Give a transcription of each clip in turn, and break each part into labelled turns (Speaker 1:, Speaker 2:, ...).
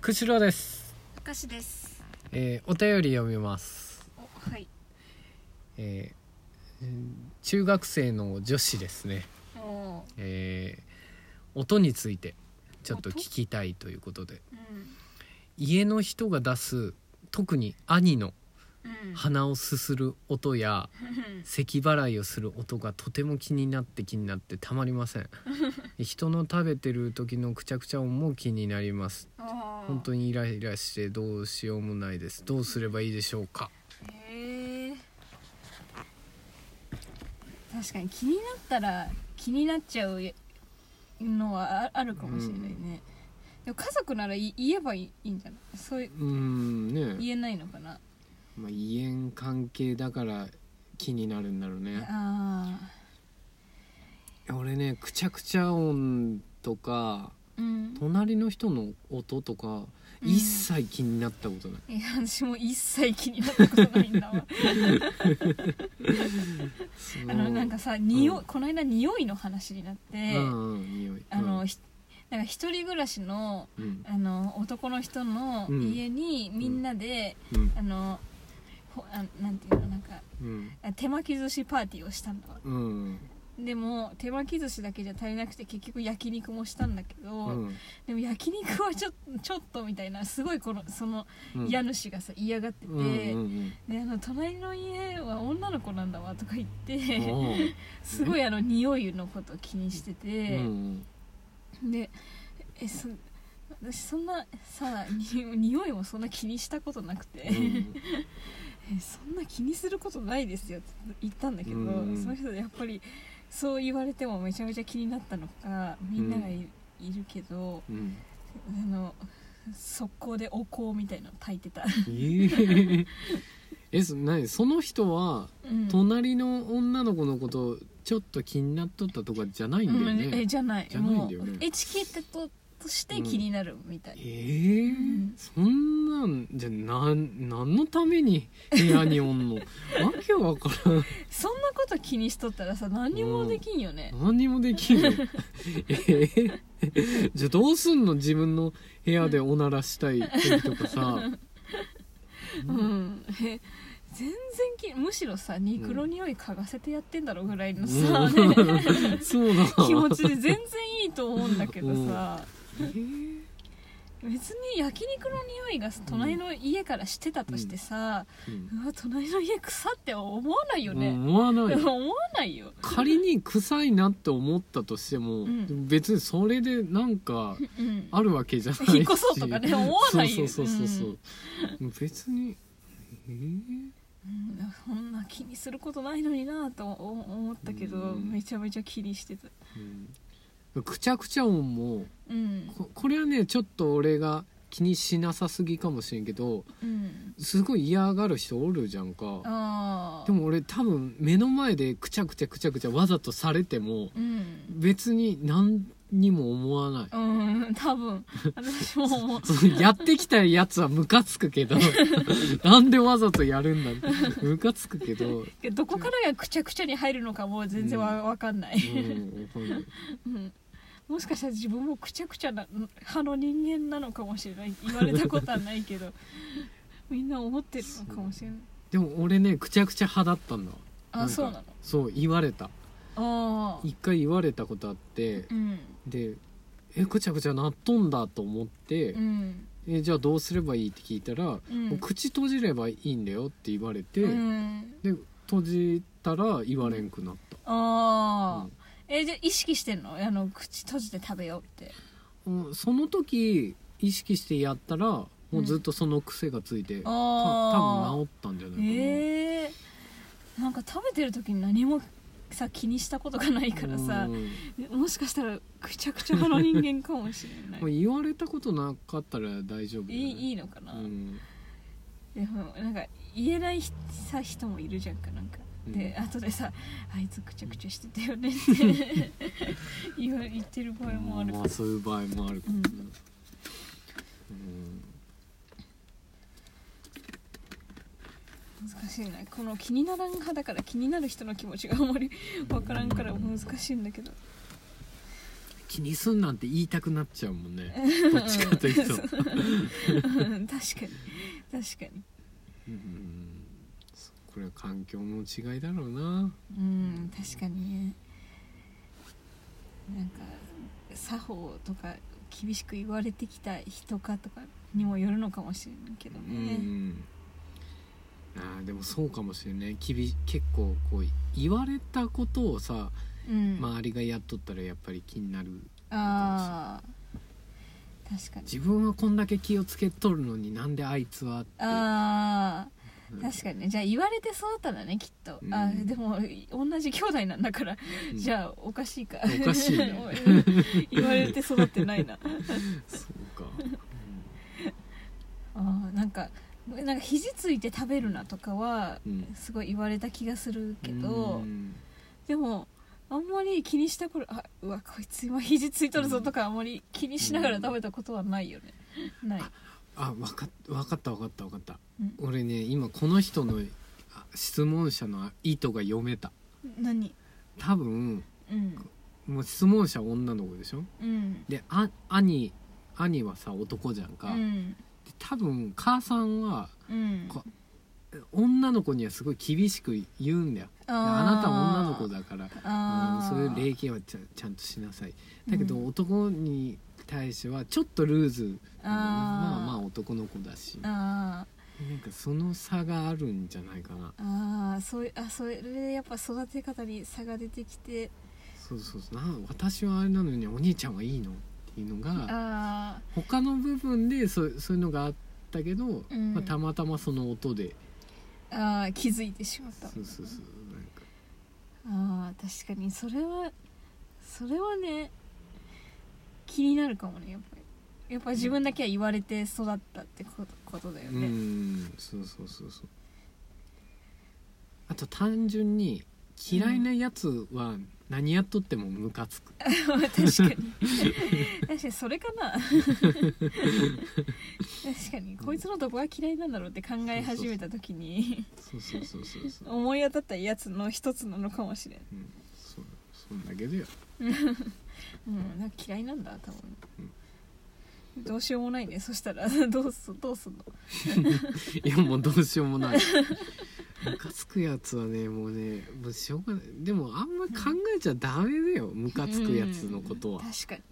Speaker 1: くしろです、
Speaker 2: 明石です。
Speaker 1: えーお便り読みます、
Speaker 2: お、はい。
Speaker 1: えーうん中学生の女子ですね、
Speaker 2: おー、
Speaker 1: えー音についてちょっと聞きたいということで
Speaker 2: うん、
Speaker 1: 家の人が出す特に兄の
Speaker 2: うん、
Speaker 1: 鼻をすする音や咳払いをする音がとても気になって気になってたまりません人の食べてる時のくちゃくちゃ音も気になります本
Speaker 2: 本
Speaker 1: 当
Speaker 2: に。
Speaker 1: にイライラしてどうしようもないですどうすればいいでしょうか
Speaker 2: へえ。確かに気になったら気になっちゃうのはああるかもしれないね。でも家族ならい言えばいいいいんじゃない？そういう
Speaker 1: うーんね
Speaker 2: 言えないのかな。
Speaker 1: まあ胃炎関係だから気になるんだろうね
Speaker 2: ああ、
Speaker 1: 俺ねくちゃくちゃ音とか
Speaker 2: うん。
Speaker 1: 隣の人の音とか
Speaker 2: うん
Speaker 1: 一切気になったことない、
Speaker 2: いや私も一切気になったことないんだわ
Speaker 1: そう
Speaker 2: あのなんかさ匂い、
Speaker 1: うん
Speaker 2: この間匂いの話になって、
Speaker 1: うんうん匂い
Speaker 2: あの、
Speaker 1: うん
Speaker 2: ひなんか一人暮らしの
Speaker 1: うん
Speaker 2: あの男の人の
Speaker 1: うん
Speaker 2: 家にみんなで、
Speaker 1: うん
Speaker 2: あのほあなんていうのなんか
Speaker 1: うん
Speaker 2: あ手巻き寿司パーティーをしたんだわ
Speaker 1: うん
Speaker 2: でも手巻き寿司だけじゃ足りなくて結局焼肉もしたんだけど、
Speaker 1: うん
Speaker 2: でも焼肉はちょっとちょっとみたいなすごいこのその
Speaker 1: うん
Speaker 2: 家主がさ嫌がってて、
Speaker 1: うんうん
Speaker 2: であの隣の家は女の子なんだわとか言
Speaker 1: うん
Speaker 2: って
Speaker 1: おー
Speaker 2: すごいあの匂いのことを気にしてて。
Speaker 1: うん
Speaker 2: でえそ私そんなさに匂いもそんな気にしたことなくて、
Speaker 1: うん
Speaker 2: えそんな気にすることないですよって言ったんだけど、
Speaker 1: うんうん
Speaker 2: その人やっぱりそう言われてもめちゃめちゃ気になったのかみんながい,、るけど
Speaker 1: うん
Speaker 2: あの速攻でお香みたいなの炊いてた、
Speaker 1: ええそ何その人は
Speaker 2: うん
Speaker 1: 隣の女の子のことちょっと気になっとったとかじゃないんだよ
Speaker 2: うんえ
Speaker 1: ね、
Speaker 2: じゃない
Speaker 1: じゃないんだよね
Speaker 2: もうエチケットとして気になるみたい
Speaker 1: え
Speaker 2: な、
Speaker 1: ー
Speaker 2: うん
Speaker 1: そんなんじゃなん何のために部屋におんの わけわか
Speaker 2: そんなこと気にしとったらさ何もできんよね、
Speaker 1: らん何にもできんの えーじゃあどうすんの自分の部屋でおならしたい時とかさ
Speaker 2: うん、え全然きむしろさ肉の匂い嗅がせてやってんだろうぐらいの
Speaker 1: う
Speaker 2: さ、
Speaker 1: ん
Speaker 2: ね
Speaker 1: そうだ
Speaker 2: 気持ちで全然いいと思うんだけどさ、
Speaker 1: えー
Speaker 2: 別に焼肉の匂いがさ隣の家からしてたとしてさ、
Speaker 1: うん
Speaker 2: うわ隣の家腐って思わないよね、
Speaker 1: 思わない
Speaker 2: 思わないよ、
Speaker 1: 仮に臭いなって思ったとしても、
Speaker 2: うん
Speaker 1: 別にそれでなんか
Speaker 2: うん、
Speaker 1: あるわけじゃないし
Speaker 2: 引っ越そうと かね思わないよ
Speaker 1: そうそうそうそうそう別にえー
Speaker 2: うんそんな気にすることないのになと思思ったけど、
Speaker 1: うん
Speaker 2: めちゃめちゃ気にしてた
Speaker 1: うんくちゃくちゃ音も
Speaker 2: うん
Speaker 1: ここれはねちょっと俺が気にしなさすぎかもしれんけど
Speaker 2: うん
Speaker 1: すごい嫌がる人おるじゃんか
Speaker 2: ああ
Speaker 1: でも俺多分目の前でくちゃくちゃくちゃくちゃわざとされても
Speaker 2: うん
Speaker 1: 別に何にも思わない
Speaker 2: うん多分私も思う
Speaker 1: そのやってきたやつはムカつくけ どなんでわざとやるんだってムカつくけど、
Speaker 2: けどどこからがくちゃくちゃに入るのかもう全然わ,、かんない、
Speaker 1: うん、わかんない
Speaker 2: うんもしかしたら自分もくちゃくちゃな派の人間なのかもしれない言われたことはないけどみんな思ってるのかもしれない
Speaker 1: でも俺ねくちゃくちゃ派だったんだわ
Speaker 2: あ
Speaker 1: んか
Speaker 2: そうなの
Speaker 1: そう言われた
Speaker 2: ああ
Speaker 1: 一回言われたことあって
Speaker 2: うん
Speaker 1: でえくちゃくちゃなっとんだと思って、
Speaker 2: うん
Speaker 1: えじゃあどうすればいいって聞いたら、
Speaker 2: うん
Speaker 1: もう口閉じればいいんだよって言われて、
Speaker 2: うん
Speaker 1: で閉じたら言われんくなった
Speaker 2: ああ
Speaker 1: うん、
Speaker 2: えじゃあ意識してんのあの口閉じて食べようって
Speaker 1: うんその時意識してやったらもうずっとその癖がついて、た
Speaker 2: ああ
Speaker 1: 多分治ったんじゃないかな、
Speaker 2: えー、なんか食べてる時に何もさ気にしたことがないからさ
Speaker 1: うん
Speaker 2: もしかしたらくちゃくちゃ派の人間かも しれ
Speaker 1: ま
Speaker 2: な
Speaker 1: あ
Speaker 2: い
Speaker 1: 言われたことなかったら大丈夫
Speaker 2: いいい
Speaker 1: い
Speaker 2: いのかな、
Speaker 1: うん
Speaker 2: でもなんか言えないひさ人もいるじゃんかなんかで、後でさ「あいつくちゃくちゃしてたよね」 って言わ言ってる場合もあるか
Speaker 1: ま
Speaker 2: ら
Speaker 1: あそういう場合もあるからねうん
Speaker 2: 難しいなこの気にならん派だから気になる人の気持ちがあんまり分からんから難しいんだけど
Speaker 1: 気にすんなんて言いたくなっちゃうもん ねどっちかというと
Speaker 2: うん確かに確かに
Speaker 1: うんこれは環境の違いだろうな
Speaker 2: うん確かにねなんか作法とか厳しく言われてきた人かとかにもよるのかもしれないけど
Speaker 1: う
Speaker 2: ね
Speaker 1: んあーでもそうかもしれないきび結構こう言われたことをさ
Speaker 2: うん、
Speaker 1: 周りがやっとったらやっぱり気になる
Speaker 2: あー確かに
Speaker 1: 自分はこんだけ気をつけとるのになんであいつはって
Speaker 2: あ
Speaker 1: うん
Speaker 2: ー確かにねじゃあ言われてそうだったらねきっと、
Speaker 1: うん
Speaker 2: あーでも同じ兄弟なんだから、
Speaker 1: うん
Speaker 2: じゃあおかしいか
Speaker 1: おかしいね
Speaker 2: 言われて育ってないな
Speaker 1: そうか、
Speaker 2: あーなんかなんか肘ついて食べるなとかは
Speaker 1: うんうん
Speaker 2: すごい言われた気がする けど、
Speaker 1: うん
Speaker 2: でもあんまり気にした頃あうわこいつ今肘ついとるぞとかあんまり気にしながら食べたことはないよね、ない
Speaker 1: あわかっわかったわかったわかった、
Speaker 2: うん
Speaker 1: 俺ね今この人のあ質問者の意図が読めた
Speaker 2: 何
Speaker 1: 多分
Speaker 2: うん
Speaker 1: もう質問者は女の子でしょ
Speaker 2: うん
Speaker 1: であ兄兄はさ男じゃんか、
Speaker 2: うん
Speaker 1: で多分母さんは
Speaker 2: うん
Speaker 1: こ女の子にはすごい厳しく言うんだよ
Speaker 2: あー
Speaker 1: あなたは女の子だから
Speaker 2: あー
Speaker 1: うんそういう礼儀はちゃちゃんとしなさいだけど、
Speaker 2: うん
Speaker 1: 男に対してはちょっとルーズ
Speaker 2: あー
Speaker 1: まあまあ男の子だし
Speaker 2: あ
Speaker 1: なんかその差があるんじゃないかな
Speaker 2: ーあーそういうあそれでやっぱ育て方に差が出てきて
Speaker 1: そうそうそうな私はあれなのにお兄ちゃんはいいのっていうのが
Speaker 2: あ
Speaker 1: 他の部分でそうそういうのがあったけど、
Speaker 2: うん
Speaker 1: まあ、たまたまその音で
Speaker 2: ーあー気づいてしまった
Speaker 1: そうそうそうなんか
Speaker 2: ああ確かにそれはそれはね気になるかもねやっぱりやっぱ自分だけは言われて育ったってことことだよ
Speaker 1: う
Speaker 2: ね
Speaker 1: んそうそうそうそうあと単純に嫌いなやつは何やっとってもムカつく、
Speaker 2: 確かに確かにそれかな確かにこいつのどこが嫌いなんだろうって考え始めた時に
Speaker 1: そうそうそうそうそう
Speaker 2: 思い当たったやつの一つなのかもしれん、
Speaker 1: うんそうそんだけだよ
Speaker 2: うん、なんか嫌いなんだ多分
Speaker 1: うん、
Speaker 2: どうしようもないねそしたらどうすどうすんの
Speaker 1: いやもうどうしようもないムカつくやつはねもうねもうしょうがないでもあんまり考えちゃダメだよムカつくやつのことは
Speaker 2: うん確かに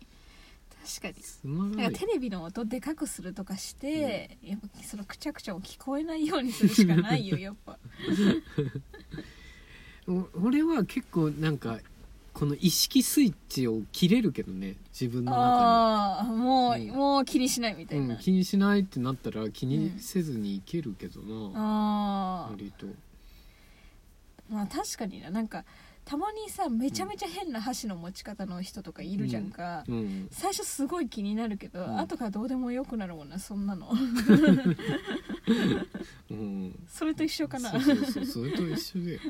Speaker 2: 確かに
Speaker 1: つまらな
Speaker 2: ないんかテレビの音でかくするとかして、やっぱそのくちゃくちゃを聞こえないようにするしかない よやっぱ
Speaker 1: お俺は結構なんかこの意識スイッチを切れるけどね自分の中
Speaker 2: ああもう、
Speaker 1: うん
Speaker 2: もう気にしないみた
Speaker 1: に、
Speaker 2: いうな、
Speaker 1: ん、気にしないってなったら気にせずにいけるけどな、
Speaker 2: ああ
Speaker 1: 割と
Speaker 2: まあ確かにななんかたまにさめちゃめちゃ変な箸の持ち方の人とかいるじゃんか、
Speaker 1: うん
Speaker 2: 最初すごい気になるけど、
Speaker 1: ん
Speaker 2: 後からどうでもよくなるもんなそんなの
Speaker 1: うん
Speaker 2: それと一緒かな
Speaker 1: そうそうそうそれと一 緒で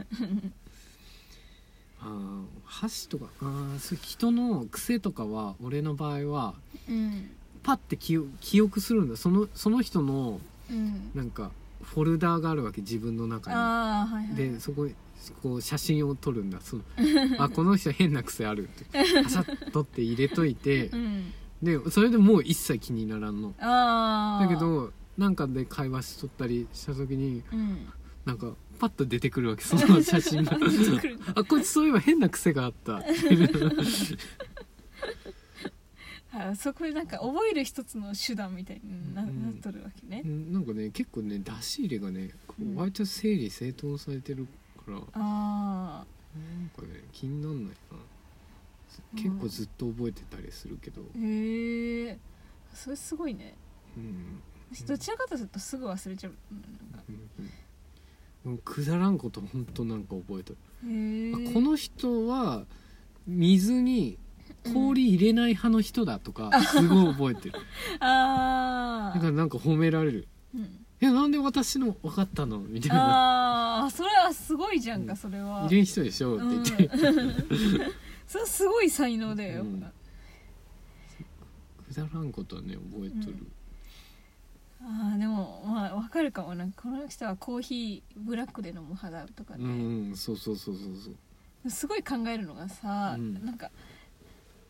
Speaker 1: あー箸とかあーそう人の癖とかは俺の場合は
Speaker 2: うん
Speaker 1: パッて記憶記憶するんだそのその人の
Speaker 2: うん
Speaker 1: なんかフォルダーがあるわけ自分の中
Speaker 2: ああはいは
Speaker 1: に
Speaker 2: い
Speaker 1: でそこにこう写真を撮るんだその あこの人変な癖あるってパシャッと取って入れといて
Speaker 2: うん
Speaker 1: でそれでもう一切気にならんの
Speaker 2: ああ
Speaker 1: だけどなんかで会話しとったりした時に
Speaker 2: うん
Speaker 1: なんかパッと出てくるわけその写真 が
Speaker 2: 出てくる
Speaker 1: あこいつそういえば変な癖があった
Speaker 2: あそこでなんか覚える一つの手段みたいにな,、
Speaker 1: うん
Speaker 2: なっとるわけね、
Speaker 1: うんなんかね結構ね出し入れがねこう
Speaker 2: うん
Speaker 1: 割と整理整頓されてるから、なんか
Speaker 2: あ
Speaker 1: ね気になんないな
Speaker 2: うん
Speaker 1: 結構ずっと覚えてたりするけど、
Speaker 2: あへえそれすごいね
Speaker 1: うん
Speaker 2: 私どちらかとするとすぐ忘れちゃうなんか
Speaker 1: うんうん、くだらんことほんとなんか覚えとる、
Speaker 2: へ
Speaker 1: あ
Speaker 2: え
Speaker 1: この人は水に氷入れない派の人だとか、すごい覚えてる
Speaker 2: あ
Speaker 1: だから
Speaker 2: ー、
Speaker 1: なんか褒められる
Speaker 2: うん、
Speaker 1: 「いやなんで私の分かったの?」みたいな
Speaker 2: あーそれはすごいじゃんかそ
Speaker 1: 「
Speaker 2: れは、
Speaker 1: 入れん人でしょ」って言って、
Speaker 2: それはすごい才能だよ、やっ
Speaker 1: うん
Speaker 2: ぱ
Speaker 1: くだらんことはね覚えとる、
Speaker 2: あーでもまあわかるかもなんかこの人はコーヒーブラックで飲む派だとか
Speaker 1: う
Speaker 2: ね、
Speaker 1: ん、そうそうそうそうそう
Speaker 2: すごい考えるのがさ、
Speaker 1: うん
Speaker 2: なんか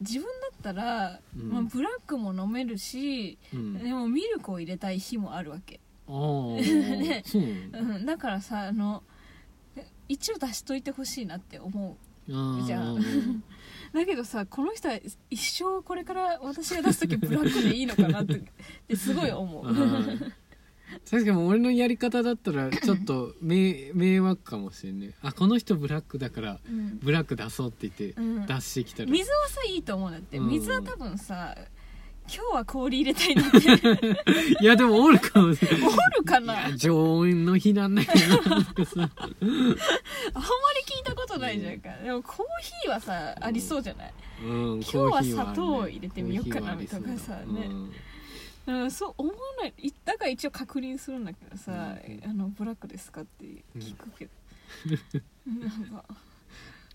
Speaker 2: 自分だったら、
Speaker 1: うん
Speaker 2: まあ、ブラックも飲めるし、
Speaker 1: うん
Speaker 2: でもミルクを入れたい日もあるわけ、
Speaker 1: あー
Speaker 2: ね
Speaker 1: そうなんだ
Speaker 2: うん、だからさあの一応出しといてほしいなって思
Speaker 1: あ
Speaker 2: じゃあ
Speaker 1: ー
Speaker 2: うだけどさこの人は一生これから私が出す時ブラックでいいのかなってってすごい思う
Speaker 1: はい確かに俺のやり方だったらちょっと迷迷惑かもしれないあこの人ブラックだから
Speaker 2: うん
Speaker 1: ブラック出そうって言って
Speaker 2: うん
Speaker 1: 出してきたら、
Speaker 2: 水はさいいと思うんだって
Speaker 1: うん
Speaker 2: 水は多分さ今日は氷入れたいなって
Speaker 1: いやでもおるかもしれない
Speaker 2: おるかなあんまり
Speaker 1: 常温の日なんだけ どなんかさ
Speaker 2: 聞いたことないじゃんかでもコーヒーはさ
Speaker 1: うん
Speaker 2: ありそうじゃない
Speaker 1: うん
Speaker 2: 今日は
Speaker 1: コーヒーあるね
Speaker 2: 砂糖を入れてみようかな
Speaker 1: コーヒーはありそうだ
Speaker 2: とかさね
Speaker 1: うん
Speaker 2: うんそう思わないいだから一応確認するんだけどさ
Speaker 1: うん
Speaker 2: 「あのブラックですか?」って聞くけど、なんか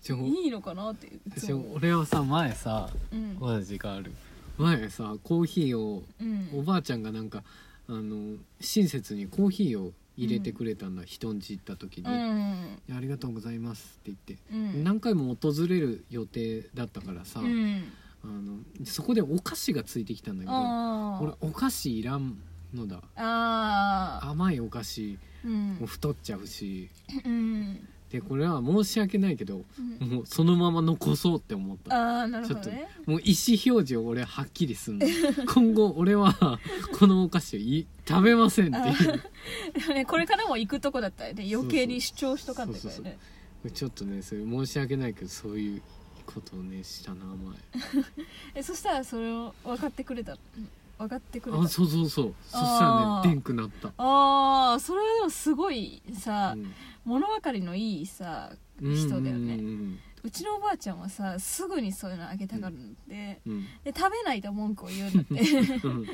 Speaker 1: ちょ
Speaker 2: いいのかなっていつ
Speaker 1: 私
Speaker 2: も思う
Speaker 1: 俺はさ前さ
Speaker 2: うん
Speaker 1: まだ時間ある前さコーヒーを
Speaker 2: うん
Speaker 1: おばあちゃんがなんかあの親切にコーヒーを入れてくれたんだ、人んち行った時に、
Speaker 2: う
Speaker 1: い
Speaker 2: ん
Speaker 1: やありがとうございます」って言って、
Speaker 2: うん
Speaker 1: 何回も訪れる予定だったからさ、
Speaker 2: うん
Speaker 1: あのそこでお菓子がついてきたんだけど
Speaker 2: あ
Speaker 1: 俺お菓子いらんのだ
Speaker 2: あああ
Speaker 1: 甘いお菓子
Speaker 2: うん
Speaker 1: も太っちゃうし
Speaker 2: うん
Speaker 1: でこれは申し訳ないけど
Speaker 2: うん
Speaker 1: もうそのまま残そうって思った
Speaker 2: ああなるほどね
Speaker 1: もう意思表示を俺はっきりするの今後俺はこのお菓子をい食べませんっていう
Speaker 2: ねこれからも行くとこだったよね余計に主張しとかんといかんよ
Speaker 1: そうそう
Speaker 2: ね
Speaker 1: ちょっとねそれ申し訳ないけどそういうことをねしたな
Speaker 2: えそしたらそれを分かってくれたうん分かってくれ
Speaker 1: 前
Speaker 2: た
Speaker 1: あそうそうそうそしたら
Speaker 2: あー
Speaker 1: ねでんくなった
Speaker 2: ああそれはでもすごいさ、
Speaker 1: うん
Speaker 2: 物分かりのいいさ人だよね、う
Speaker 1: うん
Speaker 2: ちのおばあちゃんはさすぐにそういうのあげたがるんで,、
Speaker 1: うんうん
Speaker 2: で食べないと文句を言うんだって
Speaker 1: うん